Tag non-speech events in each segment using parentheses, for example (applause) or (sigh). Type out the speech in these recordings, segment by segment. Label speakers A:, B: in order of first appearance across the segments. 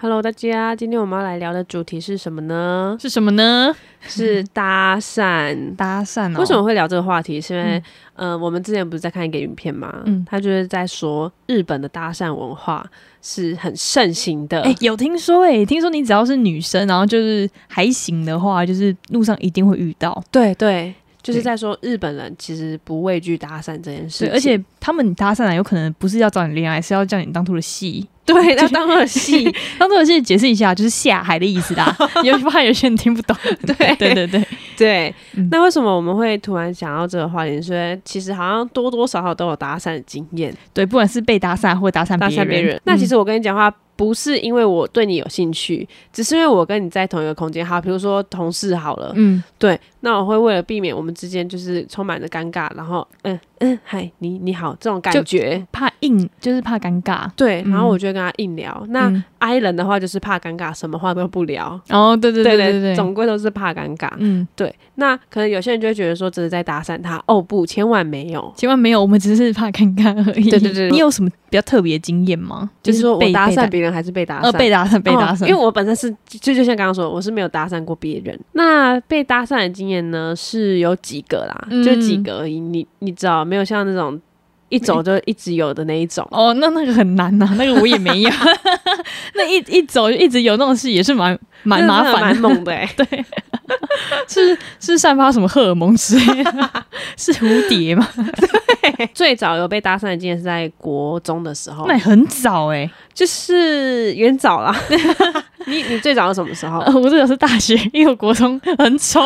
A: Hello，大家，今天我们要来聊的主题是什么呢？
B: (laughs) 是什么呢？
A: 是搭讪。
B: 搭讪哦
A: 为什么会聊这个话题？是因为，嗯、呃，我们之前不是在看一个影片嘛，
B: 嗯
A: 他就是在说日本的搭讪文化是很盛行的。
B: 哎、有听说哎、听说你只要是女生，然后就是还行的话，就是路上一定会遇到。
A: 对对，就是
B: 对
A: 在说日本人其实不畏惧搭讪这件事
B: 对，
A: 情，
B: 而且他们搭讪啊，有可能不是要找你恋爱，是要叫你当初的 (laughs) 戏。
A: 对他当了戏，
B: 当初的戏解释一下，就是下海的意思啦。 (laughs) 有怕有些人听不懂。
A: 对
B: (laughs) 对对对，
A: 对，
B: 嗯
A: 那为什么我们会突然想到这个话题？是因为其实好像多多少少都有搭讪的经验，
B: 对，不管是被搭讪或搭讪嗯
A: 搭讪别人。那其实我跟你讲话，不是因为我对你有兴趣，只是因为我跟你在同一个空间。好，比如说同事好了，
B: 嗯，
A: 对，那我会为了避免我们之间就是充满了尴尬，然后嗯嗯，嗨，你你好这种感
B: 就
A: 觉。
B: 怕硬就是怕尴尬。
A: 对，然后
B: 嗯
A: 我就会跟他硬聊。那
B: 嗯
A: I 人的话就是怕尴尬，什么话都不聊。
B: 哦，对对对
A: 对
B: 对对，
A: 总归都是怕尴尬。
B: 嗯，
A: 对，那可能有些人就会觉得说，只是在搭讪他。哦不，千万没有。
B: 千万没有，我们只是怕尴尬而已。
A: 对对对
B: 你有什么比较特别的经验吗？
A: 就
B: 就是是
A: 说我
B: 被
A: 搭
B: 被
A: 讪别人还是被搭讪？
B: 呃，被搭讪，被搭
A: 哦
B: 讪，
A: 因为我本身是就就像刚刚说，我是没有搭讪过别人。那被搭讪的经验呢，是有几个啦，
B: 嗯
A: 就几个而已。你你知道，没有像那种一
B: 嗯
A: 走就一直有的那一种。
B: 哦，那那个很难呐、那个我也没有， (laughs) 那一一走就一直有那种事，也是蛮蛮麻
A: 那
B: 烦
A: 蛮
B: 的，
A: 猛的、
B: (laughs)
A: 欸，
B: 是是散发什么荷尔蒙之类的， (laughs) 是蝴蝶吗？
A: 最早有被搭讪的经验是在国中的时候
B: 那，也很早哎、
A: 就是远早
B: (laughs)
A: 啦。你你最早是什么时候？
B: 呃我这个是大学，因为我国中很丑，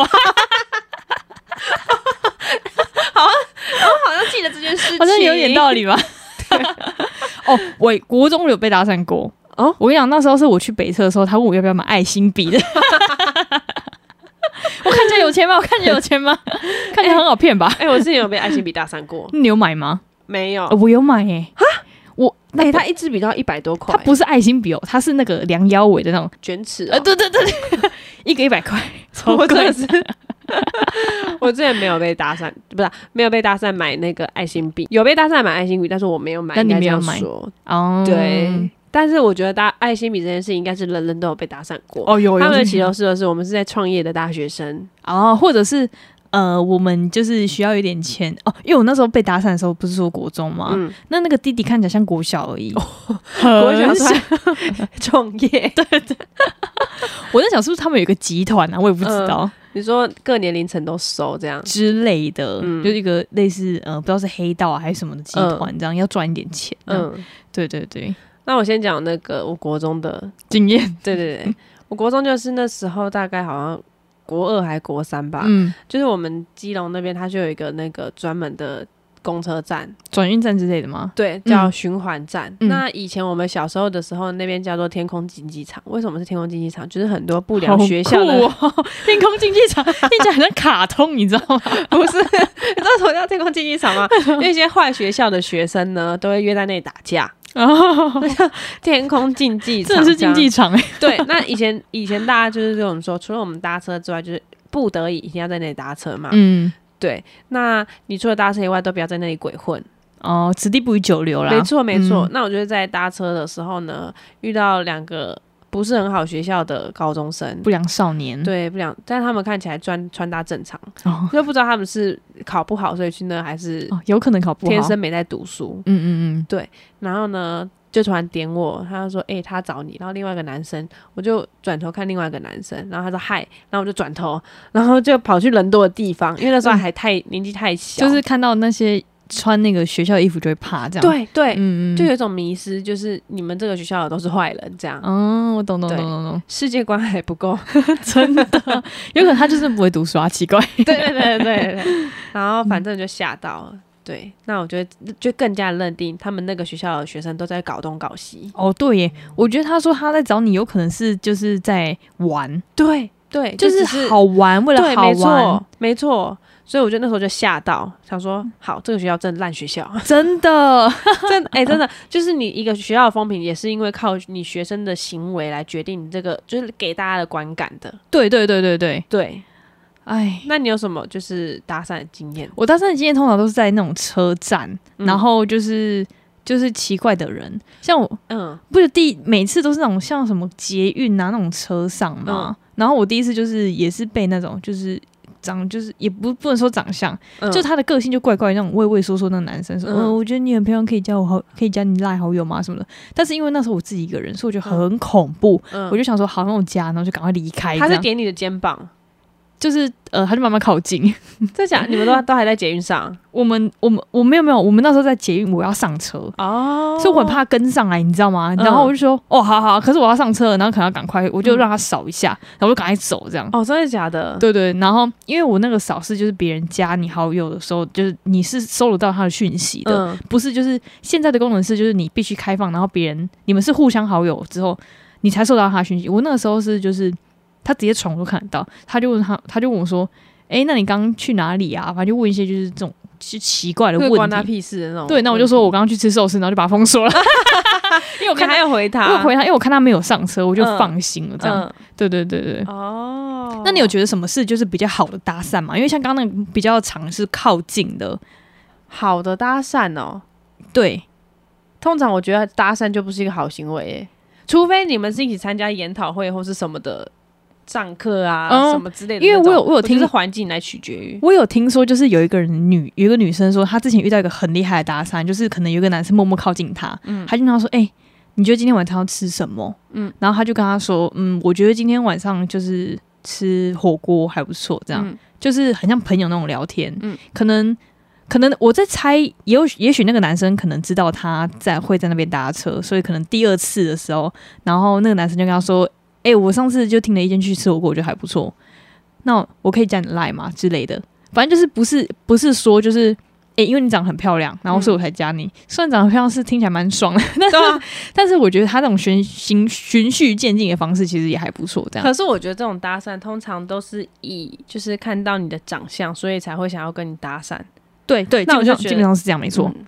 A: 好像记得这件事情
B: 好像有点道理吧。 (laughs) 哦，我国中有被搭讪过
A: 哦
B: 哦。我跟你讲，那时候是我去北车的时候，他问我要不要买爱心笔的。 (laughs) 我看起来有钱吗？我看起来有钱吗？ (laughs) 看起来很好骗吧？
A: 哎、我之前有被爱心笔搭讪过，
B: 你有买吗？
A: 没有
B: 呃。我有买耶、哈，我
A: 哎、
B: 那
A: 它
B: 它
A: 一支笔都要一百多块，
B: 它不是爱心笔哦，它是那个量腰围的那种，
A: 卷尺、哦
B: 呃，对对对，对 (laughs) 一个一百块， (laughs) 超
A: 我
B: 贵
A: 真的是， (laughs) 我之前没有被搭讪，不是啊没有被搭讪买那个爱心笔，有被搭讪买爱心笔，但是我没有买，
B: 那
A: 应
B: 你
A: 该这
B: 没有
A: 样
B: 买
A: 说，
B: 哦，
A: 对。但是我觉得搭爱心笔这件事，应该是人人都有被搭讪过。
B: 哦有
A: 他
B: 有
A: 们的
B: 这
A: 起
B: 种
A: 头式的是我们是在创业的大学生，
B: 哦，或者是呃，我们就是需要有点钱哦，因为我那时候被搭讪的时候不是说国中吗？
A: 嗯，
B: 那那个弟弟看起来像国小而已，
A: 我
B: (laughs) 国 (laughs)
A: 想出来 (laughs) 创业。对，
B: 我在想是不是他们有一个集团啊，我也不知
A: 嗯
B: 道、
A: 你说各年龄层都收这样，
B: 之类的，
A: 嗯
B: 就一个类似呃，不知道是黑道啊还是什么的集
A: 嗯
B: 团，这样、要赚一点钱。嗯，
A: 嗯。
B: 对对对，
A: 那我先讲那个我国中的，
B: 经验，
A: 对对
B: (laughs)
A: 对，我国中就是那时候大概好像国二还国三吧，
B: 嗯，
A: 就是我们基隆那边，它就有一个那个专门的公车站，
B: 转运站之类的吗？
A: 对，叫循环站。
B: 嗯
A: 那以前我们小时候的时候，那边叫做天空竞技场。为什么是天空竞技场？就是很多不良学校
B: (laughs)
A: 的，
B: 好酷哦、天空竞技场，听起来很像卡通，你知道吗？
A: 不是？ (laughs) 你知道什么叫天空竞技场吗？那些坏学校的学生呢，都会约在那里打架。
B: (laughs) 哦，
A: 天空竞技场
B: 真的是竞技场哎、
A: 这样。对，那以前以前大家就是这种说，除了我们搭车之外，就是不得已一定要在那里搭车嘛。
B: 嗯，
A: 对，那你除了搭车以外，都不要在那里鬼混。
B: 哦，此地不宜久留啦。
A: 没错，没错。
B: 嗯
A: 那我觉得在搭车的时候呢，遇到两个不是很好学校的高中生，
B: 不良少年。，
A: 对不良，但他们看起来穿穿搭正常， (laughs)
B: 哦，
A: 就不知道他们是考不好，所以去那还是
B: 哦有可能考不好。
A: 天生没在读书。
B: 嗯，嗯嗯
A: 然后呢，就突然点我，他就说：“诶，他找你。”然后另外一个男生，我就转头看另外一个男生，然后他说：“嗨。”然后我就转头，然后就跑去人多的地方，因为那时候还太、年纪太小，
B: 嗯就是看到那些穿那个学校衣服就会怕这样。，
A: 对对，
B: 嗯嗯，
A: 就有一种迷失，就是你们这个学校的都是坏人这样。
B: 哦，我懂懂
A: 对
B: 懂懂懂，
A: 世界观还不 (laughs) 够。
B: 真的， (laughs) 有可能他就是不会读书啊，奇怪。
A: 对对对对对对。然后反正就吓到了。对，那我觉得就更加认定他们那个学校的学生都在搞东搞西。
B: 哦，对耶，我觉得他说他在找你，有可能是就是在玩，
A: 对对，就
B: 就
A: 是是
B: 好玩，为了
A: 对，
B: 好
A: 没
B: 玩
A: 错，没错。所以我就那时候就吓到，想说好，这个学校真的烂学 (laughs) 校，
B: 真的。
A: 真哎、真的就是你一个学校的风评也是因为靠你学生的行为来决定你这个就是给大家的观感的。
B: 对对对对对，
A: 对，
B: 哎，
A: 那你有什么就是搭讪的经验？
B: 我搭讪的经验通常都是在那种车站，
A: 嗯
B: 然后就是就是奇怪的人，像我
A: 嗯，
B: 不是第一每次都是那种像什么捷运啊那种车上嘛，
A: 嗯
B: 然后我第一次就是也是被那种就是长就是也不不能说长相，
A: 嗯
B: 就他的个性就怪怪那种畏畏缩缩那种男生说，
A: 嗯
B: 嗯、我觉得你很漂亮，可以加我好，可以加你赖好友吗什么的。但是因为那时候我自己一个人，所以我觉得很恐怖，
A: 嗯
B: 我就想说好，那我加，然后就赶快离开。
A: 他
B: 这
A: 是
B: 样
A: 点你的肩膀，
B: 就是呃，他就慢慢靠近
A: 在讲你们都都还在捷运上
B: 我们，我们我没有没有，我们那时候在捷运，我要上车。
A: 哦嗯
B: 所以我很怕跟上来，你知道吗？然后我就说，哦，好好，可是我要上车了，然后可能要赶快，我就让他扫一下，然后我就赶快走，这样。
A: 嗯哦，真的假的？
B: 对对，然后因为我那个扫视就是别人加你好友的时候，就是你是收得到他的讯息的，
A: 嗯
B: 不是就是现在的功能是就是你必须开放，然后别人你们是互相好友之后，你才收到他的讯息。我那个时候是就是他直接传我都看得到，他就问他 (laughs) 他就问我说，诶，那你刚刚去哪里啊？反正就问一些就是这种是奇怪的
A: 会
B: 问
A: 关他
B: 题。
A: 屁事的那种。
B: 对，那我就说
A: 嗯
B: 我刚刚去吃寿司，然后就把他封锁了，因为我
A: 我看
B: 看
A: 他
B: 他，
A: 要回他，
B: (laughs) 我有回他，因为我看他没有上车，我就
A: 嗯
B: 放心了。这样，
A: 啊嗯
B: 对对对对。
A: 哦，
B: 那你有觉得什么事就是比较好的搭讪吗？因为像刚刚那个比较长是靠近的，
A: 好的搭讪哦？
B: 对，
A: 通常我觉得搭讪就不是一个好行为耶，除非你们是一起参加研讨会或是什么的上课啊、
B: 嗯
A: 什么之类的
B: 因
A: 那
B: 为
A: 种。
B: 我有我有
A: 觉
B: 听
A: 得是环境来取决于。
B: 我有听说，就是有一个人女，有一个女生说，她之前遇到一个很厉害的搭讪，就是可能有一个男生默默靠近她，嗯，她就跟他说，哎、你觉得今天晚上要吃什么？嗯，然后她就跟他说，嗯，我觉得今天晚上就是吃火锅还不错，这样，
A: 嗯
B: 就是很像朋友那种聊天，
A: 嗯
B: 嗯，可能。可能我在猜，也有也许那个男生可能知道他在会在那边搭车，所以可能第二次的时候，然后那个男生就跟他说：“哎、我上次就听了一间去吃火锅，我觉得还不错，那我可以加你赖吗之类的？反正就是不是不是说就是哎、诶因为你长得很漂亮，然后所以我才加你。虽然长得漂亮是听起来蛮爽的，
A: (laughs)
B: 但是、
A: (laughs) 对啊
B: 但是我觉得他这种循循循序渐进的方式其实也还不错。这样
A: 可是我觉得这种搭讪通常都是以就是看到你的长相，所以才会想要跟你搭讪。
B: 对对，
A: 那我
B: 基本
A: 就
B: 上
A: 觉得
B: 基本上是这样没错。
A: 嗯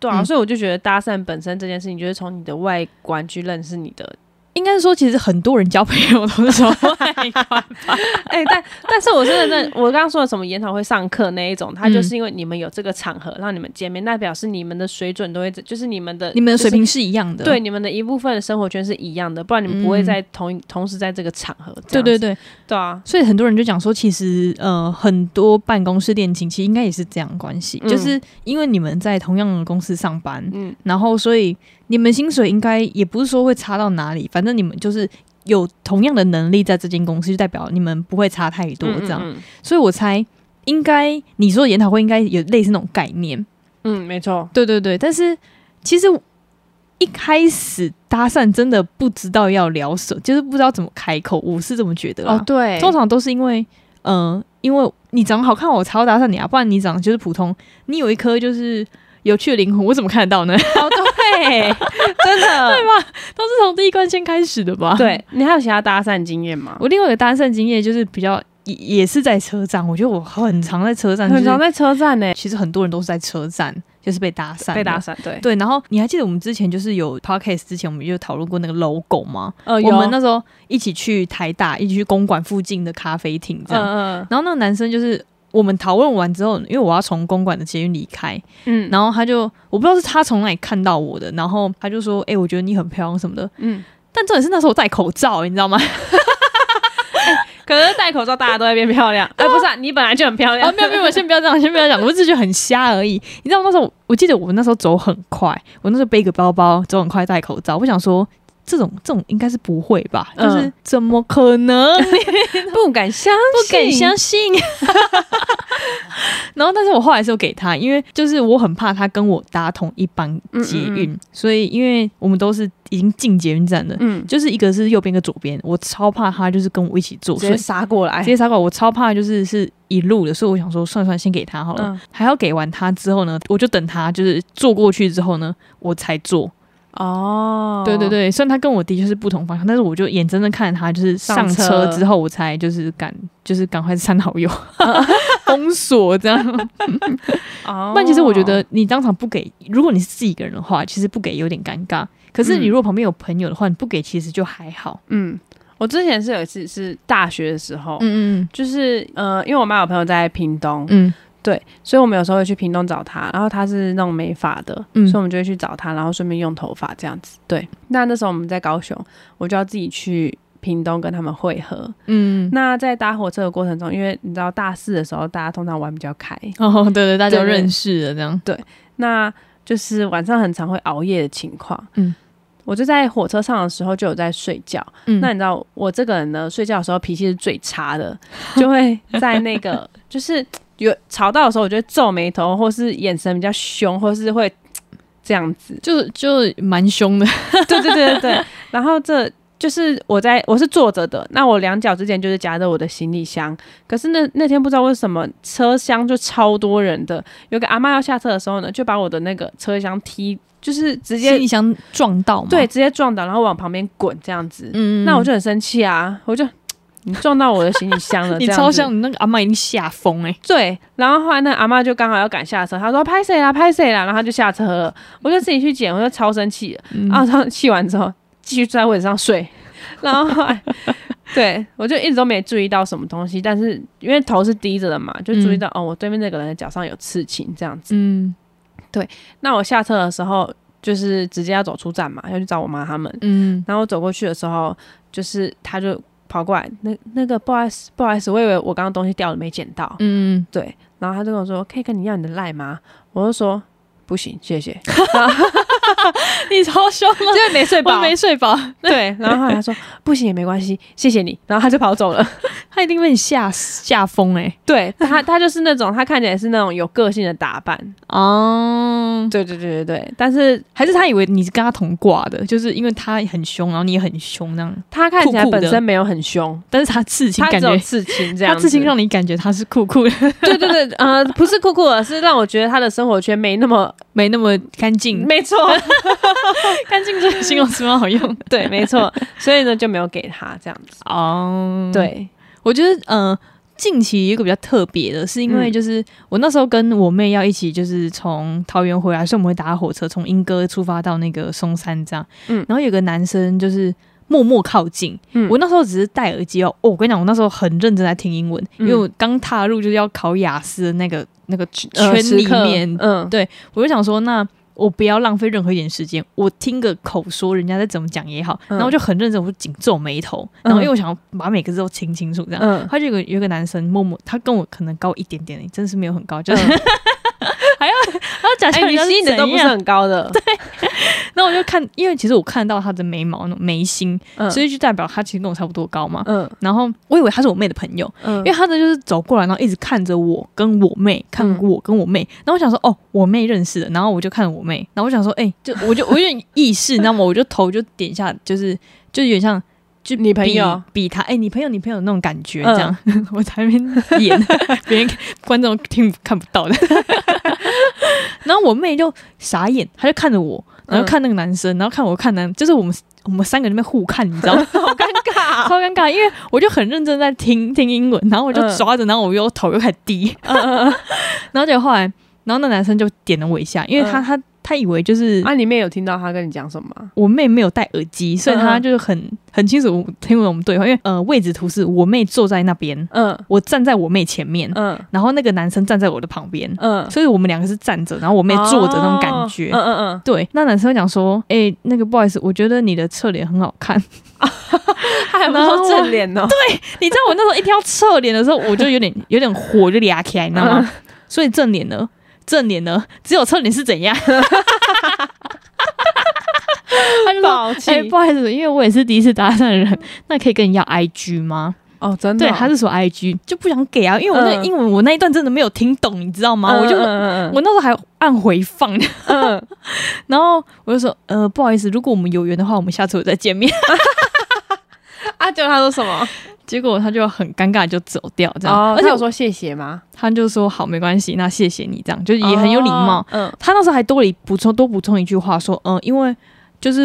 A: 对啊，
B: 嗯
A: 所以我就觉得搭讪本身这件事情，就是从你的外观去认识你的。 (laughs)
B: 应该是说，其实很多人交朋友都是从
A: 哎、但但是我真的认，我刚刚说的什么研讨会上课那一种，它
B: 嗯
A: 就是因为你们有这个场合让你们见面，那表示你们的水准都会，就是你们的
B: (laughs) 你们的
A: 就是
B: 水平是一样的。
A: 对你们的一部分的生活圈是一样的，不然你们不会在同、同时在这个场合这
B: 对
A: 样子。
B: 对对，
A: 对啊，
B: 所以很多人就讲说，其实呃，很多办公室恋情其实应该也是这样的关系，
A: 嗯
B: 就是因为你们在同样的公司上班，
A: 嗯
B: 然后所以你们薪水应该也不是说会差到哪里，反正你们就是有同样的能力在这间公司，就代表你们不会差太多
A: 嗯
B: 这样。
A: 嗯
B: 所以我猜应该你说的研讨会应该有类似那种概念，
A: 嗯嗯没错，
B: 对对对。但是其实一开始搭讪真的不知道要聊什么，就是不知道怎么开口，我是这么觉得啦。
A: 哦对啊
B: 通常都是因为，嗯、因为你长得好看，我才会搭讪你啊，不然你长得就是普通，你有一颗就是有趣的灵魂，我怎么看得到呢？
A: 哦对， (laughs) 真的对
B: (laughs) 都是从第一关先开始的吧？，
A: 你还有其他搭讪经验吗？
B: 我另外一个搭讪经验就是比较也也是在车站，我觉得我很常在车站，
A: 很
B: 就是
A: 常在车站呢、
B: 其实很多人都是在车站就是被搭讪，
A: 被搭。讪，对，
B: 对，然后你还记得我们之前就是有 podcast 之前，我们就讨论过那个 logo 吗？
A: 呃
B: 我们
A: 那
B: 那时候一起去台大，一起去公馆附近的咖啡厅这样。
A: 嗯
B: 然后那个男生就是我们讨论完之后，因为我要从公馆的捷运离开，
A: 嗯嗯
B: 然后他就我不知道是他从哪里看到我的，然后他就说：“哎、我觉得你很漂亮什么的。
A: 嗯，”
B: 但重点是那时候我戴口罩、你知道吗？
A: 可是戴口罩大家都会变漂 (laughs) 亮，哎、不是、啊，你本来就很漂亮，
B: 啊，没有没
A: (laughs)
B: 有，没有先不要这样，先不要讲，我只是觉得很瞎而已。你知道那时候，我记得我那时候走很快，我那时候背一个包包，走很快，戴口罩。我想说，这种这种应该是不会吧？就是、
A: 嗯
B: 怎么可能？
A: 不敢相
B: 嗯不
A: 信，
B: 敢相信。 (laughs) 然后，但是我后来是有给他，因为就是我很怕他跟我搭同一班捷运，所以因为我们都是已经进捷运站了，
A: 嗯，
B: 就是一个是右边，一个左边，我超怕他就是跟我一起坐，
A: 直
B: 所以
A: 接杀过来
B: 直，接撒狗，我超怕就是是一路的，所以我想说算算先给他好了，
A: 嗯
B: 还要给完他之后呢，我就等他就是坐过去之后呢，我才坐。
A: 哦
B: 对对，对，虽然他跟我的确是不同方向，但是我就眼睁睁看着他就是上
A: 上
B: 车
A: 车
B: 之后，我才就是赶就是赶快删好友， (laughs) 封锁这 (laughs) 样。
A: 哦
B: 但其实我觉得你当场不给，如果你是自己一个人的话，其实不给有点尴尬。可是
A: 嗯
B: 你如果旁边有朋友的话，你不给其实就还好。
A: 嗯，我之前是有一次是大学的时候，
B: 嗯
A: 就是呃，因为我妈有朋友在屏东，
B: 嗯
A: 对，所以我们有时候会去屏东找他，然后他是弄美发的，
B: 嗯
A: 所以我们就会去找他，然后顺便用头发这样子。对，那那时候我们在高雄，我就要自己去屏东跟他们会合。(laughs)
B: 嗯，
A: 那在搭火车的过程中，因为你知道大四的时候大家通常玩比较开，
B: 哦，对对，大家都
A: 对对
B: 认识了这样，
A: 那就是晚上很常会熬夜的情况。
B: 嗯，
A: 我就在火车上的时候就有在睡觉。
B: 嗯，
A: 那你知道我这个人呢，睡觉的时候脾气是最差的， (laughs) 就会在那个 (laughs) 就是有吵到的时候，我就会皱眉头，或是眼神比较凶，或是会这样子。
B: 就就蛮凶的，
A: (laughs) 对对对对对。然后这就是我在我是坐着的，那我两脚之间就是夹着我的行李箱。可是那那天不知道为什么车厢就超多人的，有个阿嬷要下车的时候呢，就把我的那个车厢踢，就是直
B: 直接
A: 接
B: 你想撞到嘛，
A: 对，直接撞倒，然后往旁边滚这样子。
B: 嗯，嗯，
A: 那我
B: 就
A: 就很生气啊，我就你撞到我的行李箱
B: (laughs)
A: 了，
B: 你
A: 这样
B: 超
A: 子
B: 像你那个阿妈已经吓疯哎，
A: 对，然后后来那阿妈就刚好要赶下车，她说拍谁啦，拍谁啦，然后她就下车了，我就自己去捡，我就超生气的，
B: 嗯
A: 然后她气完之后继续坐在位置上睡， (laughs) 然后后来对我就一直都没注意到什么东西，但是因为头是低着的嘛，就注意到、哦，我对面那个人的脚上有刺青这样子。
B: 嗯
A: 那我下车的时候就是直接要走出站嘛，要去找我妈他们，
B: 嗯，
A: 然后我走过去的时候，就是她就跑过来，那那个不好意思，不好意思，我以为我刚刚东西掉了没捡到，
B: 嗯，
A: 对，然后他就跟我说：“可以跟你要你的赖吗？”我就说：“不行，谢谢。
B: (laughs) 你超凶啊”
A: 因，为没睡
B: 我
A: 饱，
B: 没睡饱，
A: (laughs) 对。然后后来他说：“不行也没关系，谢谢你。”然后他就跑走了。
B: (laughs) 他一定被你吓死吓疯哎，
A: (laughs) 对他，他就是那种他看起来是那种有个性的打扮。
B: 哦，
A: 对对对对对，但是
B: 还是他以为你是跟他同挂的，就是因为他很凶，然后你也很凶那样，
A: 他看起来
B: 酷酷的
A: 本身没有很凶，
B: 但是他刺青
A: 他
B: 感
A: 只有
B: 觉。
A: 刺青这样
B: 他
A: 子。
B: 刺青让你感觉他是酷酷的，
A: (laughs) 对对对，呃，不是酷酷的，是让我觉得他的生活圈没那么
B: 没那么干净。
A: 没 (laughs) 错，
B: (laughs) 干净这个形容词蛮好用。
A: 对，没错，所以呢就没有给他这样子。
B: (laughs) 哦、
A: 对，
B: 我觉得，嗯、近期一个比较特别的是，因为
A: 嗯
B: 就是、我那时候跟我妹要一起，就是从桃园回来，所以我们会搭火车从莺歌出发到那个松山这样。
A: 嗯
B: 然后有个男生就是默默靠近，
A: 嗯
B: 我那时候只是戴耳机哦。哦，我跟你讲，我那时候很认真在听英文，
A: 嗯
B: 因为我刚踏入就是要考雅思的那个那个
A: 呃
B: 圈里面，
A: 时刻嗯，
B: 我就想说，那我不要浪费任何一点时间，我听个口说，人家在怎么讲也好。
A: 嗯
B: 然后我就很认真，我就紧皱眉头，
A: 嗯
B: 然后因为我想要把每个字都听清楚，这样。
A: 嗯
B: 他就有个有一个男生默默，他跟我可能高一点点而已，真是没有很高，就是、 (laughs) 还要还要假
A: 嗯哎、
B: 装人
A: 你
B: 家
A: 吸引的
B: 怎
A: 都不是
B: 样。
A: 很高的，
B: 然后我就看，因为其实我看到他的眉毛那种眉心，
A: 嗯
B: 所以就代表他其实跟我差不多高嘛。
A: 嗯
B: 然后我以为他是我妹的朋友，
A: 嗯，
B: 因为他的就是走过来，然后一直看着我跟我妹，看
A: 嗯
B: 我跟我妹，然后我想说哦，我妹认识的，然后我就看我妹，然后我想说，哎、就我就我有点意识，那么我就头就点下，就是就有点像就
A: 你朋友
B: 比比他，哎、你朋友你朋友那种感觉，
A: 嗯
B: 这样、 (laughs) 我在那边演， (laughs) 别人观众听看不到的。然后我妹就傻眼，她就看着我，然
A: 嗯
B: 后看那个男生，然后看我看男，就是我们我们三个人在那边互看，你知道吗？
A: 好尴尬。
B: 超尴尬，因为我就很认真在听听英文，然后我就
A: 嗯
B: 抓着，然后我又头又开始低， (laughs) 然后就后来，然后那男生就点了我一下，因为他、他他以为就是
A: 嗯啊，里面有听到他跟你讲什么吗？
B: 我妹没有戴耳机，所以他
A: 嗯嗯
B: 就是很很清楚听我们对话，因为呃位置图是我妹坐在那边，
A: 嗯
B: 我站在我妹前面，
A: 嗯
B: 然后那个男生站在我的旁边，
A: 嗯，
B: 所以我们两个是站着，然后我妹坐着那种感觉。
A: 哦嗯嗯
B: 对，那男生会讲说：“哎、那个不好意思，我觉得你的侧脸很好看。”
A: 嗯，他还不说正脸哦。对，
B: (laughs) 你知道我那时候一听到侧脸的时候，我就有点有点火就俩起来，你知道
A: 嗯
B: 吗？所以正脸呢，正脸呢，只有侧脸是怎样？ (laughs) 他就
A: 嗯
B: 说。
A: 抱
B: 哎、
A: 歉
B: 不好意思，因为我也是第一次搭讪的人，那可以跟你要 I G 吗？
A: 哦，真的
B: 对，
A: 哦，
B: 他是说 I G 就不想给啊，因为我那
A: 嗯
B: 英文、我那一段真的没有听懂，你知道吗？
A: 嗯
B: 我就
A: 嗯
B: 我那时候还按回放， (laughs)
A: 嗯嗯
B: 然后我就说呃不好意思，如果我们有缘的话，我们下次有再见面。 (laughs)
A: 嗯啊，结果他说什么？
B: 结果他就很尴尬就走掉这样，
A: 哦，而
B: 而
A: 且
B: 且
A: 我说谢谢吗？
B: 他就说好，没关系，那谢谢你，这样就是也很有礼貌。
A: 哦。嗯
B: 他那时候还多了一补充多补充一句话说，嗯、因为就是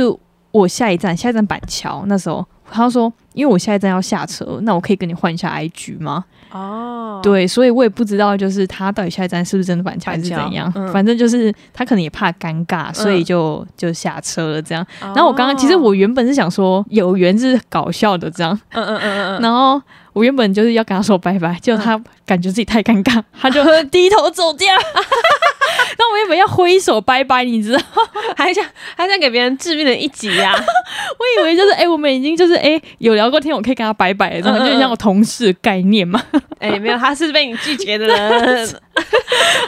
B: 我下一站下一站板桥，那时候他说，因为我下一站要下车，那我可以跟你换一下 IG 吗？
A: 哦，
B: 对，所以我也不知道，就是他到底下一站是不是真的板桥还是
A: 板
B: 怎
A: 桥
B: 样。
A: 嗯
B: 反正就是他可能也怕尴尬，所以
A: 嗯
B: 就、就下车了这样。
A: 哦，然
B: 然后我刚刚其实我原本是想说有缘是搞笑的这样，
A: 嗯嗯嗯嗯
B: 然后我原本就是要跟他说拜拜，结果他感觉自己太尴 (laughs) 尬，他就低头走 (laughs) 掉。那我原本要挥手拜拜，你知道，
A: 嗯，还想还想给别人致命的一击啊
B: (laughs)
A: 呀，
B: 我以为就是哎、我们已经就是哎、有聊过天，我可以跟他拜拜了，
A: 嗯
B: 这
A: 嗯
B: 样
A: 嗯
B: 就像我同事概念 (laughs) 嘛。
A: 哎，没有，他是被你拒绝的
B: (laughs)
A: 人，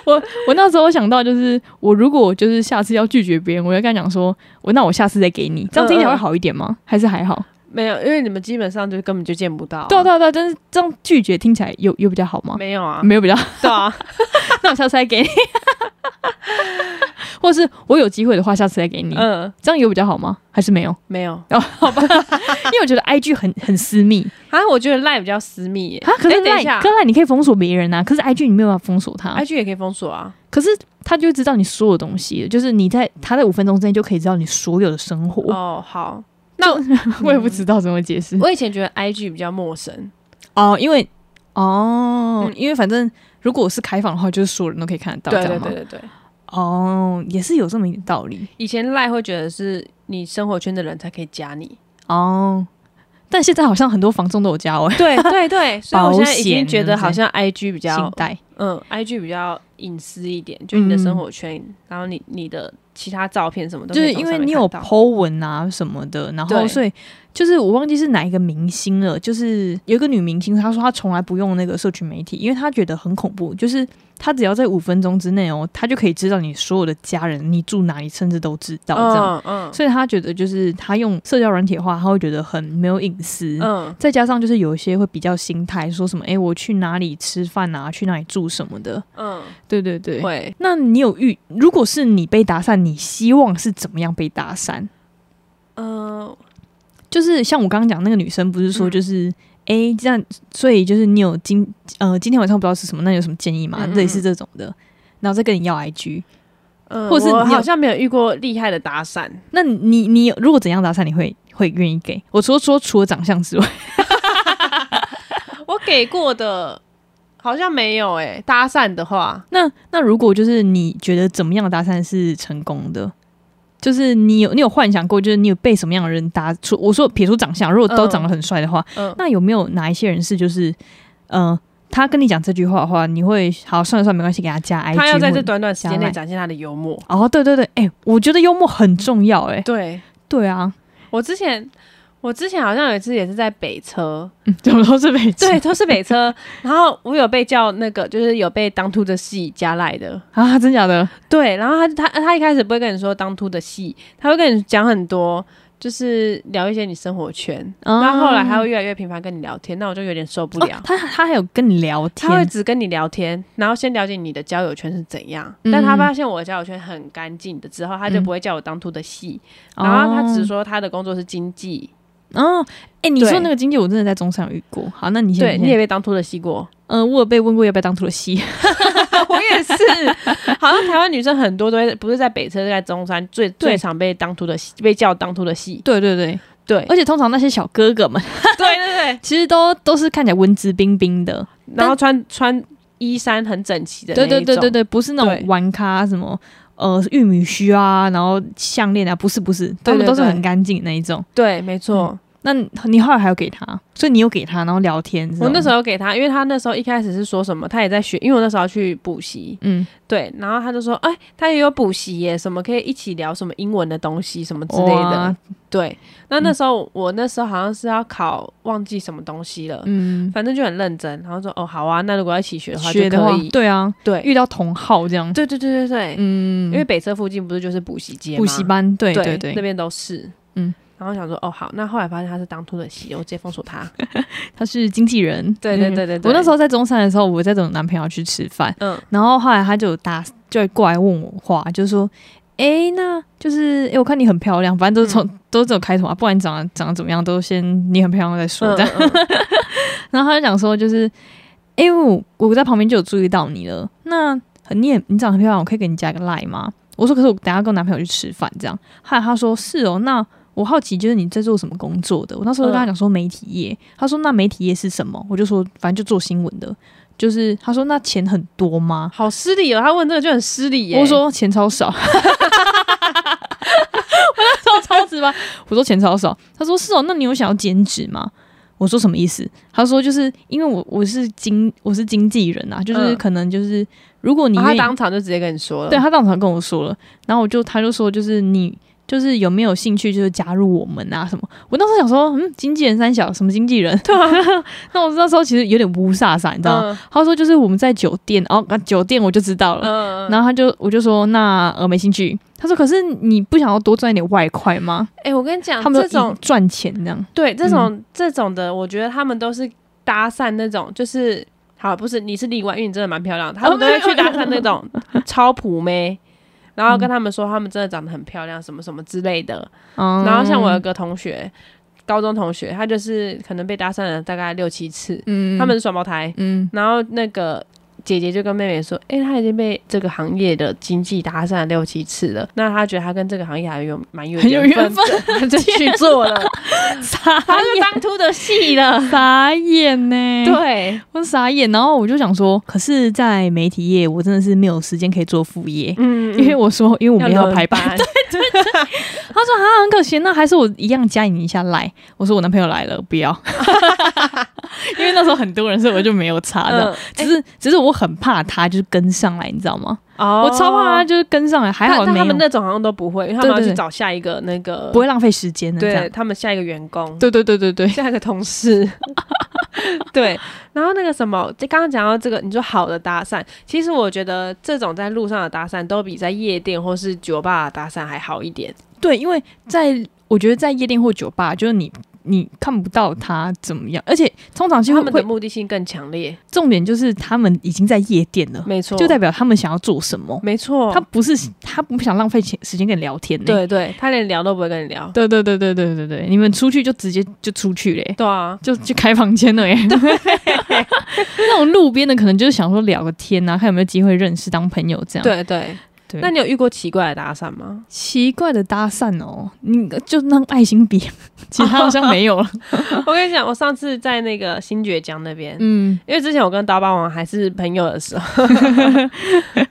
B: 我那时候想到就是，我如果就是下次要拒绝别人，我就跟他讲说，我那我下次再给你，这样听起来会好一点吗？还是还好？
A: 没有，因为你们基本上就根本就见不到，
B: 对啊嗯对啊对啊，但是这样拒绝听起来有有比较好吗？
A: 没有啊，
B: 没有比较好，
A: 对啊，
B: 那我下次再 (laughs) 给你，或是我有机会的话，下次再给你。 (laughs)
A: 嗯，
B: 这样有比较好吗？还是没 (laughs) 有？
A: 没有
B: 因为我觉得 I G 很很私密
A: 啊，我觉得赖比较私密耶，
B: 啊，可是
A: 哎等一
B: Line
A: 下
B: 可是 Line 你可以封锁别人啊，可是 I G 你没有办法封锁他，
A: ，IG 也可以封锁啊，
B: 可是他就会知道你所有东西了，就是你在他在五分钟之内就可以知道你所有的生活。
A: 哦，好，
B: (laughs) 我也不知道怎么解释
A: 我以前觉得 IG 比较陌生，
B: 哦，因为哦，
A: 嗯
B: 因为反正如果我是开放的话，就是所有人都可以看得到，
A: 对
B: 这
A: 对
B: 样吗
A: 对对对，
B: 哦，也是有这么一个道理
A: 以前赖会觉得是你生活圈的人才可以加你，
B: 哦。但现在好像很多房仲都有加哦，
A: (laughs) 对对对， (laughs) 所以我现在已经觉得
B: 保险
A: 好像 IG 比
B: 信
A: 较，
B: 贷
A: 嗯，IG 比较隐私一点，就你的
B: 嗯
A: 生活圈，然后你你的其他照片什么的，
B: 就是因为你有 Po 文啊什么的，然后
A: 对
B: 所以就是我忘记是哪一个明星了，就是有一个女明星，她说她从来不用那个社群媒体，因为她觉得很恐怖，就是她只要在五分钟之内哦，她就可以知道你所有的家人，你住哪里，甚至都知道这样。
A: 嗯嗯
B: 所以她觉得就是她用社交软体的话，她会觉得很没有隐私。
A: 嗯
B: 再加上就是有一些会比较心态，说什么诶、我去哪里吃饭啊，去哪里住什么的，
A: 嗯，
B: 对对对。
A: 会
B: 那你有遇，如果是你被搭讪，你希望是怎么样被搭讪？
A: 嗯
B: 就是像我刚刚讲那个女生，不是说
A: 嗯
B: 就是诶，这样，所以就是你有今呃今天晚上不知道吃什么，那有什么建议吗？
A: 嗯嗯嗯
B: 类似这种的，然后再跟你要 IG。
A: 嗯，
B: 或是
A: 我
B: 你有
A: 好像没有遇过厉害的搭讪，
B: 那你你你如果怎样搭讪，你会会愿意给？我说说除了长相之外，
A: 我给过的好像没有诶、搭讪的话，
B: 那那如果就是你觉得怎么样的搭讪是成功的？就是你有你有幻想过，就是你有被什么样的人搭？除我说撇除长相，如果都
A: 嗯
B: 长得很帅的话，
A: 嗯，
B: 那有没有哪一些人是就是，呃，他跟你讲这句话的话，你会好算了算了没关系，给他加 IG 或。
A: 他要在这短短时间
B: 加
A: 内
B: line
A: 展现他的幽默，
B: 哦，对对对，哎、我觉得幽默很重要、哎，
A: 对。
B: 对啊，
A: 我之前，我之前好像有一次也是在北
B: (laughs)
A: 车，
B: 嗯 (laughs) 怎么都是被
A: 对，都是北车。然后我有被叫那个，就是有被当初的戏加赖的，
B: 啊，真假的，
A: 对。然后他他他一开始不会跟你说当初的戏，他会跟你讲很多，就是聊一些你生活圈。然后后来他会越来越频繁跟你聊天，那我就有点受不
B: 哦
A: 了。
B: 他他还有跟你聊天，
A: 他会只跟你聊天，然后先了解你的交友圈是怎样。
B: 嗯
A: 但他发现我的交友圈很干净的之后，他就
B: 嗯
A: 不会叫我当初的戏。然后他只说他的工作是经济，
B: 哦，哎、你说
A: 对
B: 那个经纪，我真的在中山有遇过。好，那你先，
A: 对你也被当初的戏过。
B: 嗯、我有被问过要不要当土 (laughs) 西，
A: (laughs) 我也是，好像台湾女生很多都会不是在北车，在中山最
B: 对
A: 最常被当涂的戏，被叫当涂的戏。
B: 对对对，
A: (laughs) 对
B: 而且通常那些小哥哥们， (laughs)
A: 对对对，
B: 其实都都是看起来文质彬彬的，
A: 然后穿穿衣衫很整齐的那
B: 对
A: 一种，
B: 对对对对，不是那
A: 对
B: 种玩咖什么呃玉米须啊，然后项链啊，不是不是，他们
A: 对
B: 都是
A: 对
B: 很干净那一种。
A: 对没错。
B: 那你后来还有给他，所以你有给他，然后聊天。
A: 嗯我那时
B: 候，
A: 候给他，因为他那时候一开始是说什么，他也在学，因为我那时候要去补习，
B: 嗯，
A: 对，然后他就说，哎，他也有补习耶，什么可以一起聊什么英文的东西什么之类的
B: 哇，，
A: 对。那那时候、我那时候好像是要考忘记什么东西了，
B: 嗯，
A: 反正就很认真，然后说，哦，好啊，那如果要一起学的话就
B: 学的话
A: 可以，，
B: 对啊，
A: 对，
B: 遇到同号这样，
A: 对对对对对，
B: 嗯，
A: 因为北车附近不是就是补习街吗
B: 补习，班，对
A: 对
B: 对
A: 那
B: 对，
A: 边都是，嗯
B: 嗯。
A: 然后想说，哦，好，那后来发现他是当初的戏，我直接封锁
B: (laughs)
A: 他。
B: 他是经纪人，
A: 对对
B: 嗯
A: 对对对，
B: 我那时候在中山的时候，我在等男朋友去吃饭，
A: 嗯
B: 嗯，然后后来他就打就过来问我话，就说，诶，那就是，诶，我看你很漂亮，反正都是从、
A: 嗯
B: 都只有开头啊，不管你长得长得怎么样，都先你很漂亮再说
A: 嗯
B: 这样。
A: 嗯
B: 然后他就讲说，就是，诶，我我在旁边就有注意到你了，那你也你长得很漂亮，我可以给你加个 line 吗？我说，可是我等一下跟我男朋友去吃饭这样。后来他说，是哦，那我好奇就是你在做什么工作的？我那时候就跟他讲说媒体业，他说那媒体业是什么？我就说反正就做新闻的，就是他说那钱很多吗？
A: 好失礼哦，他问这个就很失礼耶。
B: 我说钱
A: (laughs)
B: 超少，我那时候超值吗？我说钱超少，他说是哦，那你有想要兼职吗？我说什么意思？他说就是因为我我是经我是经纪人啊，就是
A: 嗯
B: 可能就是如果你
A: 然后
B: 愿
A: 他
B: 意
A: 当场就直接跟你说了，
B: 对，他当场跟我说了，然后我就他就说就是你就是有没有兴趣就是加入我们啊什么？我当时想说嗯，经纪人三小什么经纪人？对啊， (laughs) 那我那时候其实有点乌煞煞，你知道吗？
A: 嗯，
B: 他说就是我们在酒店，然后、啊、酒店我就知道了。
A: 嗯嗯，
B: 然后他就，我就说那呃没兴趣。他说可是你不想要多赚一点外快吗？
A: 哎，我跟你讲，
B: 他们
A: 这
B: 这种
A: 种
B: 赚钱这样，
A: 对这
B: 嗯
A: 种这种的，我觉得他们都是搭讪那种，就是好不是你是例外，因为你真的蛮漂亮的，
B: 哦
A: 他们都会去搭讪那种
B: (laughs)
A: 超普妹。然后跟他们说，他们真的长得很漂亮，什么什么之类的。
B: 嗯
A: 然后像我有个同学，高中同学，他就是可能被搭讪了大概六七次。
B: 嗯
A: 他们是双胞胎，
B: 嗯
A: 然后那个姐姐就跟妹妹说：“诶，她已经被这个行业的经济搭讪了六七次了，那她觉得她跟这个行业还有蛮有
B: 很有缘
A: 分，
B: 分， (laughs) 啊
A: 她就去做了，
B: 嗯傻
A: 她就当初的戏了。
B: 傻眼呢。”
A: (laughs) 对，
B: 我傻眼，然后我就想说，可是，在媒体业，我真的是没有时间可以做副业，
A: 嗯
B: 因为我说，因为我们要
A: 排
B: 排版。 (laughs)
A: 版，
B: 他说啊，很可惜，那还是我一样加你一下来。我说我男朋友来了，不要， (laughs) 因为那时候很多人，所以我就没有查
A: (laughs)
B: 的。
A: 嗯
B: 只是，只是我很怕他就是跟上来，你知道吗？
A: 哦
B: 我超怕他就是跟上来，还好
A: 但但
B: 没
A: 他们
B: 有，
A: 那种好像都不会，因为他们要
B: 对对
A: 去
B: 对
A: 找下一个那个，
B: 不会浪费时间的。这样
A: 对他们下一个员工，
B: 对对对对对，
A: 下一个同事。 (laughs) 对，然后那个什么，就刚刚讲到这个，你说好的搭讪，其实我觉得这种在路上的搭讪，都比在夜店或是酒吧的搭讪还好一点。
B: 对，因为在我觉得在夜店或酒吧，就是你你看不到他怎么样，而且通常就
A: 他
B: 会
A: 们的目的性更强烈，
B: 重点就是他们已经在夜店了，
A: 没错，
B: 就代表他们想要做什么。
A: 没错，
B: 他不是他不想浪费钱时间跟你聊天、呢。
A: 对对，他连聊都不会跟你聊。
B: 对对对对对对对，你们出去就直接就出去嘞、
A: 对啊，
B: 就去开房间了耶、 (laughs) 那种路边的可能就是想说聊个天啊，看有没有机会认识当朋友这样。
A: 对对。
B: 对啊
A: 那你有遇过奇怪的搭讪吗？
B: 奇怪的搭讪哦，你就那种
A: (laughs)
B: 爱心笔，其他好像没有了。
A: 我跟你讲，我上次在那个新爵江那边，
B: 嗯
A: 因为之前我跟刀疤王还是朋友的时
B: (laughs)
A: 候，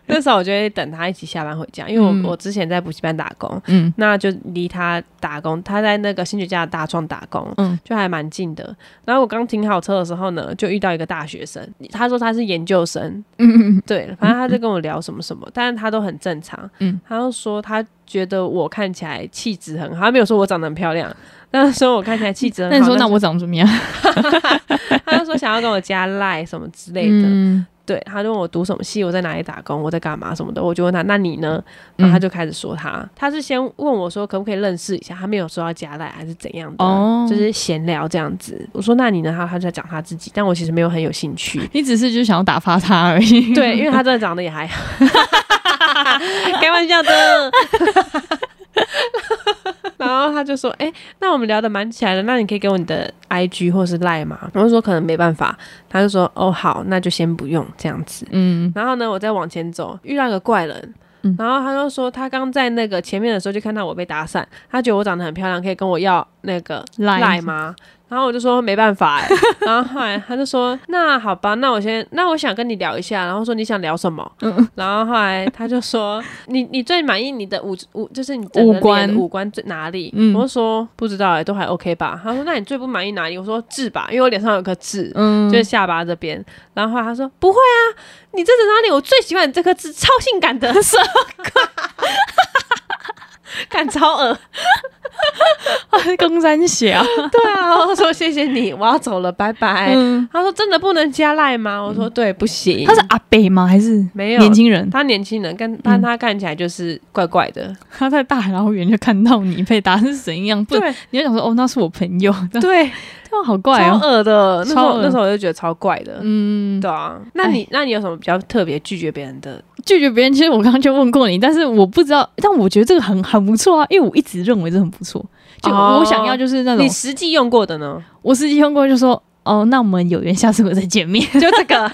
A: 那时候我就会等他一起下班回家，因为我、
B: 嗯
A: 我之前在补习班打工，
B: 嗯
A: 那就离他打工，他在那个新学家的大创打工，
B: 嗯
A: 就还蛮近的。然后我刚停好车的时候呢，就遇到一个大学生，他说他是研究生，
B: 嗯嗯
A: 对，反正他在跟我聊什么什么，但是他都很正常，
B: 嗯
A: 他就说他觉得我看起来气质很好，他没有说我长得很漂亮，但是说我看起来气质很好，
B: 那你说那
A: 但
B: 我长得怎么样？
A: 是 (laughs) 他就说想要跟我加赖什么之类的，
B: 嗯，
A: 对，他就问我读什么系，我在哪里打工，我在干嘛什么的，我就问他，那你呢？
B: 嗯
A: 然后他就开始说他，他是先问我说可不可以认识一下，他没有说要加赖还是怎样的，
B: 哦，
A: 啊就是闲聊这样子。我说那你呢？他他就在讲他自己，但我其实没有很有兴趣
B: 你只是就想要打发他而已。
A: 对，因为他真的长得也还好， (laughs) 开玩笑的。 (laughs) 然后他就说：“哎、那我们聊得蛮起来的，那你可以给我你的 I G 或是赖吗？”我就说：“可能没办法。”他就说：“哦，好，那就先不用这样子。”
B: 嗯，
A: 然后呢，我再往前走，遇到一个怪人，
B: 嗯
A: 然后他就说他刚在那个前面的时候就看到我被搭讪，他觉得我长得很漂亮，可以跟我要那个
B: 赖
A: 赖吗？然后我就说没办法、欸，
B: (laughs)
A: 然后后来他就说那好吧，那我先，那我想跟你聊一下，然后说你想聊什么？
B: 嗯
A: 然后后来他就说你你最满意你的五五就是你整个
B: 五
A: 脸的
B: 官
A: 五官最哪里？
B: 嗯
A: 我就说不知道哎、欸，都还 OK 吧。他说那你最不满意哪里？我说痣吧，因为我脸上有颗痣。
B: 嗯，
A: 就是下巴这边。然后后来他说：“不会啊，你这整张脸，我最喜欢你这颗痣，超性感的，
B: (laughs)
A: 什么鬼？感超恶。
B: (laughs) 公山小。”
A: 对啊，我说谢谢你，我要走了，拜拜。
B: 嗯，
A: 他说：“真的不能加赖吗？”我说：“对，不行。”
B: 他是阿北吗？还是
A: 没有
B: 年轻嗯人？
A: 他年轻人，但但他看起来就是怪怪的。
B: 他在大海老远就看到你被打是怎样？不，
A: 对
B: 你就想说哦，那是我朋友，这
A: 对，
B: 样 (laughs) 好怪
A: 超
B: 哦。
A: 恶的。那时
B: 超
A: 候
B: 恶
A: 那时候我就觉得超怪的。
B: 嗯，
A: 对啊，那你那你有什么比较特别拒绝别人的？
B: 拒绝别人，其实我刚刚就问过你，但是我不知道，但我觉得这个很很不错啊，因为我一直认为这很不错。就
A: 哦
B: 我想要就是那种
A: 你，实际用过的
B: (laughs)
A: 呢？
B: 我司机用过就说哦，那我们有缘，下次我再见面。
A: 就 (laughs) 这个，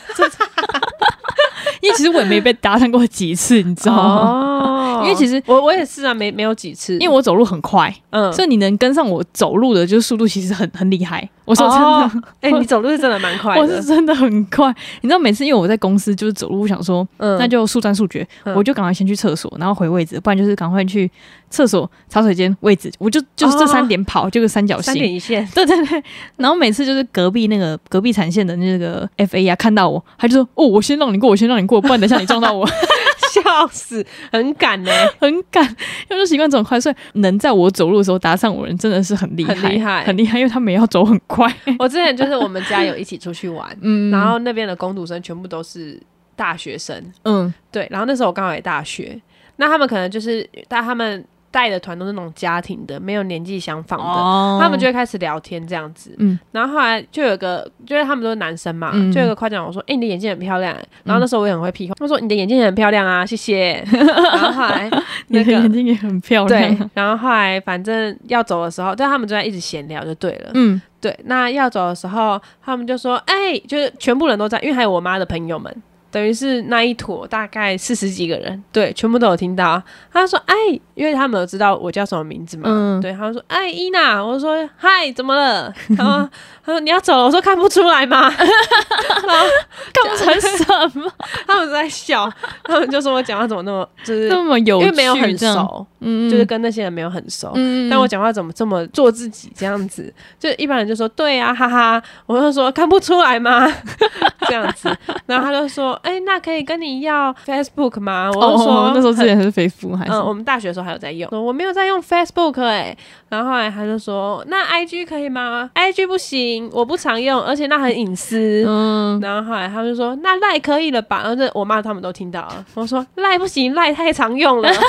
B: (laughs) 因为其实我也没被搭讪过几次，你知道吗？
A: 哦哦
B: 因为其实
A: 我我也是啊，没没有几次，
B: 因为我走路很快，
A: 嗯，
B: 所以你能跟上我走路的，就是速度其实很很厉害。我
A: 我
B: 说真的，
A: 哎、你走路是真的蛮快
B: (laughs) 我是
A: 的，
B: 真的很快。你知道每次因为我在公司就是走路，我想说
A: 嗯
B: 那就速战速决，
A: 嗯
B: 我就赶快先去厕所，然后回位置，不然就是赶快去厕所、茶水间、位置，我就就是这
A: 哦
B: 三点跑，这个三角
A: 三
B: 形
A: 点。一
B: (laughs)
A: 线， (laughs)
B: 对对对，然后每次就是隔壁那个隔壁产线的那个 F A 啊，看到我，他就说：“哦，我先让你过，我先让你过，不然等一下你撞到我。 (laughs)
A: 笑死，很赶呢、”
B: 很赶，因为就习惯这种快，所以能在我走路的时候搭上我的人，真的是很厉害，
A: 很厉害
B: 很厉害，因为他们也要走很
A: (laughs)
B: 快。
A: 我之前就是我们家有一起出去玩，
B: 嗯
A: 然后那边的工读生全部都是大学生，
B: 嗯
A: 对，然后那时候我刚好也大学，那他们可能就是但他们带的团都是那种家庭的，没有年纪相仿的，
B: 哦
A: 他们就会开始聊天这样子。
B: 嗯
A: 然后后来就有一个，就是他们都是男生嘛，
B: 嗯
A: 就有一个夸奖我说：“哎、你的眼睛很漂亮。”然后那时候我也很会屁话，他说：“你的眼睛也很漂亮啊，谢
B: (laughs)
A: 谢。”然后后来
B: 你
A: 那
B: 的眼
A: 个。
B: 睛也很漂亮啊
A: 对。，然后后来反正要走的时候，但他们就在一直闲聊就对了。
B: 嗯，
A: 对，那要走的时候，他们就说：“哎、就是全部人都在，因为还有我妈的朋友们，等于是那一坨大概四十几个人，对，全部都有听到。”他说：“哎、因为他们有知道我叫什么名字嘛，
B: 嗯
A: 对，他说：“哎，伊娜。”我说：“嗨，怎么了？”他说：“他说你要走了。”我说：“看不出来吗？” (laughs) 然后
B: (laughs) 干不成什么
A: (laughs) 他们在笑，他们就说我讲话怎么那么就是
B: 那么有
A: 因
B: 趣，
A: 为没有很
B: 这样，
A: 熟，
B: 嗯
A: 就是跟那些人没有很熟。
B: 嗯
A: 但我讲话怎么这么做自己这样子？就一般人就说对啊，哈哈。我就说看不出来吗？ (laughs) 这样子，然后他就说，哎、那可以跟你要 Facebook 吗？我就说、
B: 哦，那时候之前还是肥夫还是
A: 嗯，我们大学的时候还有在用，我没有在用 Facebook 哎、然后后来他就说，那 IG 可以吗？IG 不行，我不常用，而且那很隐私。
B: 嗯，
A: 然后后来他们就说，那赖可以了吧？然后这我妈他们都听到了，我说赖不行，赖太常用了。 (laughs)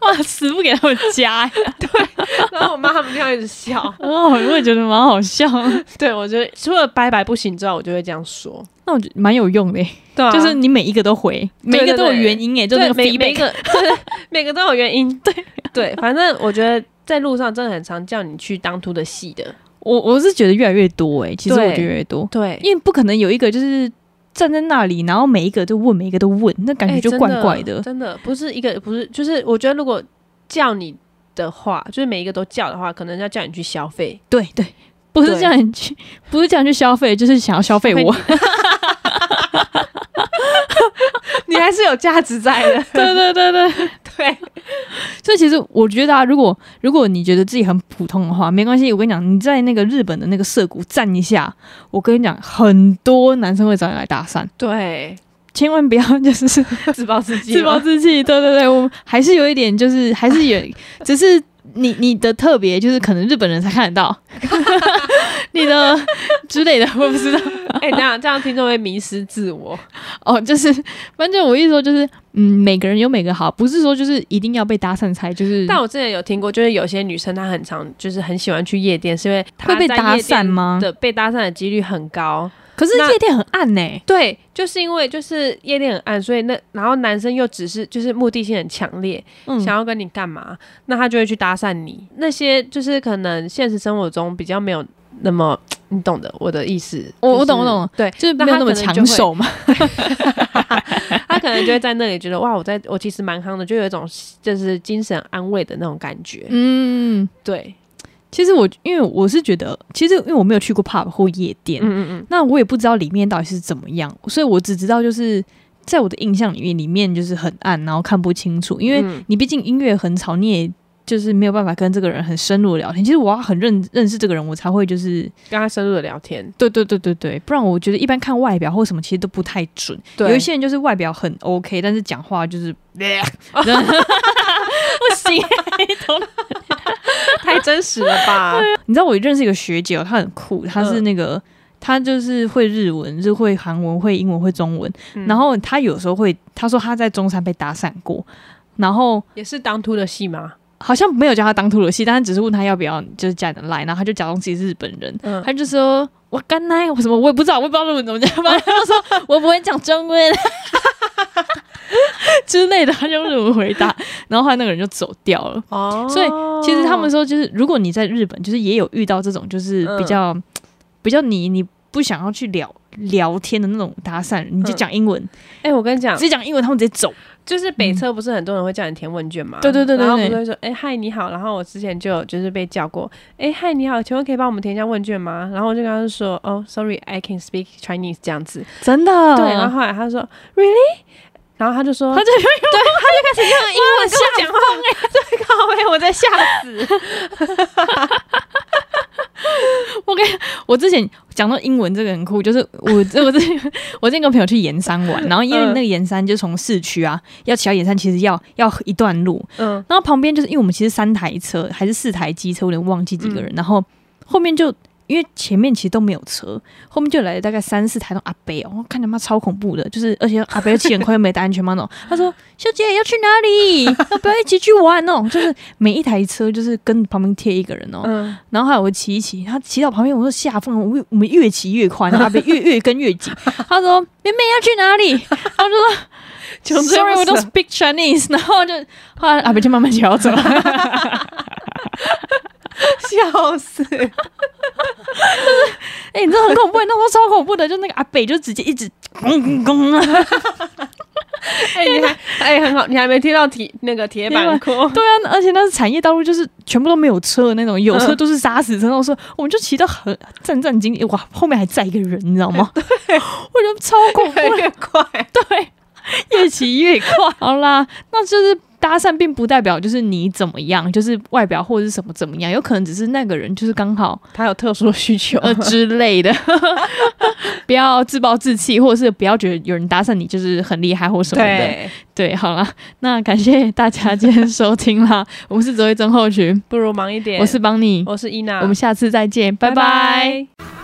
B: 哇，死不给他们加，欸
A: 然后我妈他们就一直笑。
B: (laughs) 哦，我也觉得蛮好笑， (laughs)
A: 对，我觉得除了拜拜不行之外，我就会这样说。
B: 那我觉得蛮有用的欸，
A: 对、啊，
B: 就是你每一个都回，每一个都有
A: 对对
B: 原因诶，欸就那
A: 对
B: 个
A: 每每
B: feedback，
A: 个 (laughs) 对每个都有原因。对对，反正我觉得在路上真的很常叫你去当初的戏的。
B: 我我是觉得越来越多诶，其实我
A: 对
B: 觉得越来越多，
A: 对，
B: 因为不可能有一个就是站在那里，然后每一个都问，每一个都问，那感觉
A: 哎
B: 就
A: 真
B: 怪怪的，
A: 真的不是一个不是，就是我觉得如果叫你的话，就是每一个都叫的话，可能要叫你去消费。 (laughs)
B: 对对。 (laughs) 不是
A: 对
B: 叫你去，不是叫你去消费，就是想要消费我。
A: 你还是有价值在的， (laughs)
B: (laughs) 对对对对，
A: 对，
B: 所以其实我觉得啊，如果如果你觉得自己很普通的话，没关系。我跟你讲，你在那个日本的那个涩谷站一下，我跟你讲，很多男生会找你来搭讪，
A: 对，
B: 千万不要就是
A: 自暴自弃，
B: 自暴自弃。对对对，我还是有一点，就是还是有，只是你你的特别，就是可能日本人才看得到，你的之类的，我不知道。
A: 哎、这样这样听众会迷失自我。
B: 哦，就是反正我意思说，就是嗯，每个人有每个好，不是说就是一定要被搭讪才就是。
A: 但我之前有听过，就是有些女生她很常就是很喜欢去夜店，是因为她
B: 会被
A: 在
B: 搭
A: 夜店
B: 讪吗
A: 的被搭讪的几率很高。
B: 可是
A: 那
B: 夜店很暗呢、
A: 对，就是因为就是夜店很暗，所以那然后男生又只是就是目的性很强烈，
B: 嗯
A: 想要跟你干嘛，那他就会去搭讪你。那些就是可能现实生活中比较没有那么，你懂的我的意思。
B: 我我
A: 就是
B: 懂我懂，
A: 对， (laughs)
B: 就是没有那么抢手嘛。
A: 他可能就会在那里觉得哇，我在我其实蛮夯的，就有一种就是精神安慰的那种感觉。
B: 嗯， (laughs)
A: 对，
B: 其实我因为我是觉得，其实因为我没有去过 pub 或夜店，
A: 嗯嗯
B: 那我也不知道里面到底是怎么样，所以我只知道就是在我的印象里面，里面就是很暗，然后看不清楚，因为
A: 嗯
B: 你毕竟音乐很吵，你也。就是没有办法跟这个人很深入的聊天，其实我要很认认识这个人，我才会就是
A: 嗯，跟他深入的聊天。
B: 对对对对对，不然我觉得一般看外表或什么其实都不太准。
A: 对
B: 有一些人就是外表很 OK，但是讲话就是不行，
A: 太真实了吧？
B: 你知道我认识一个学姐哦，她很酷，她是那
A: 嗯
B: 个。她就是会日文，就会韩文，会英文，会中文。
A: 嗯
B: 然后她有时候会，她说她在中山被搭讪过，然后
A: 也是当初的戏吗？
B: 好像没有叫她当土耳其，但是只是问她要不要就是加点来，然后她就假装自己是日本人，
A: 嗯，
B: 她就说我干奶，我什么我也不知道，我也不知道日文怎么讲，反正她说我不会讲中文 (laughs) 之类的，她就用日文回答，然后后来那个人就走掉了。
A: 哦
B: 所以其实他们说，就是如果你在日本，就是也有遇到这种，就是
A: 嗯
B: 比较、比较你你不想要去聊聊天的那种搭讪，你就讲英文，
A: 哎、我跟你讲
B: 直，接讲英文，他们直接走。
A: 就是北车不是很多人会叫你填问卷吗？
B: 嗯对对对对
A: 然后不
B: 对
A: 是会说，哎、嗨你好，然后我之前就有就是被叫过，哎、嗨你好，请问可以帮我们填一下问卷吗？然后我就跟他说，哦，sorry，I can speak Chinese 这样子。
B: 真的。
A: 对，然后后来他说，really，然后他就说，
B: 哦他就
A: 用英文跟我讲话，
B: 欸
A: 哎，对，靠背，我在吓死。
B: (laughs) 我跟我之前讲到英文这个很酷，就是我我之前我之前跟朋友去盐山玩，然后因为
A: 嗯
B: 那个盐山就从市区啊要骑到盐山，其实要要一段路，
A: 嗯，
B: 然后旁边就是因为我们其实三台车还是四台机车，我有点忘记几个人，然后后面就。因为前面其实都没有车，后面就来了大概三四台那种阿伯哦，看他妈超恐怖的，就是而且阿伯又骑很快又没戴安全帽那种。他说：“小姐要去哪里？ (laughs) 要不要一起去玩？”那种就是每一台车就是跟旁边贴一个人哦， (laughs)
A: 嗯，
B: 然后后来我骑一骑，他骑到旁边，我说下风，我越我们越骑越快，然后他被越越跟越紧。他说：“妹妹要去哪里？” (laughs) 然后就说：“Sorry, we don't speak Chinese。”然 (laughs) 后就后来阿北就慢慢骑到走。 (laughs)
A: 笑死。
B: 哎、你知道很恐怖，那时候超恐怖的，就那个阿北就直接一直咣咣咣 (laughs) 啊，
A: (laughs) 哎，你还哎很好，你还没听到铁那个铁板
B: (laughs)
A: 哭。
B: 对啊，而且那是产业道路，就是全部都没有车的那种，有车
A: 嗯
B: 都是沙石车。然后我说，我们就骑到很战战兢兢，哇，后面还载一个人，你知道哎吗？对， (laughs) 我觉得超恐怖
A: 越来越快， (laughs)
B: (laughs) 对，越骑越快。好啦，那就是搭讪，并不代表就是你怎么样，就是外表或者是什么怎么样，有可能只是那个人就是刚好
A: 他有特殊的需求
B: 呃之类的。 (laughs) 不要自暴自弃，或者是不要觉得有人搭讪你就是很厉害或什么的。对，
A: (laughs) 对，
B: 好啦，那感谢大家今天收听啦，我们是卓一真后群，
A: 不如忙一点。
B: 我是邦尼，
A: 我是伊娜，
B: 我们下次再见，拜拜
A: 拜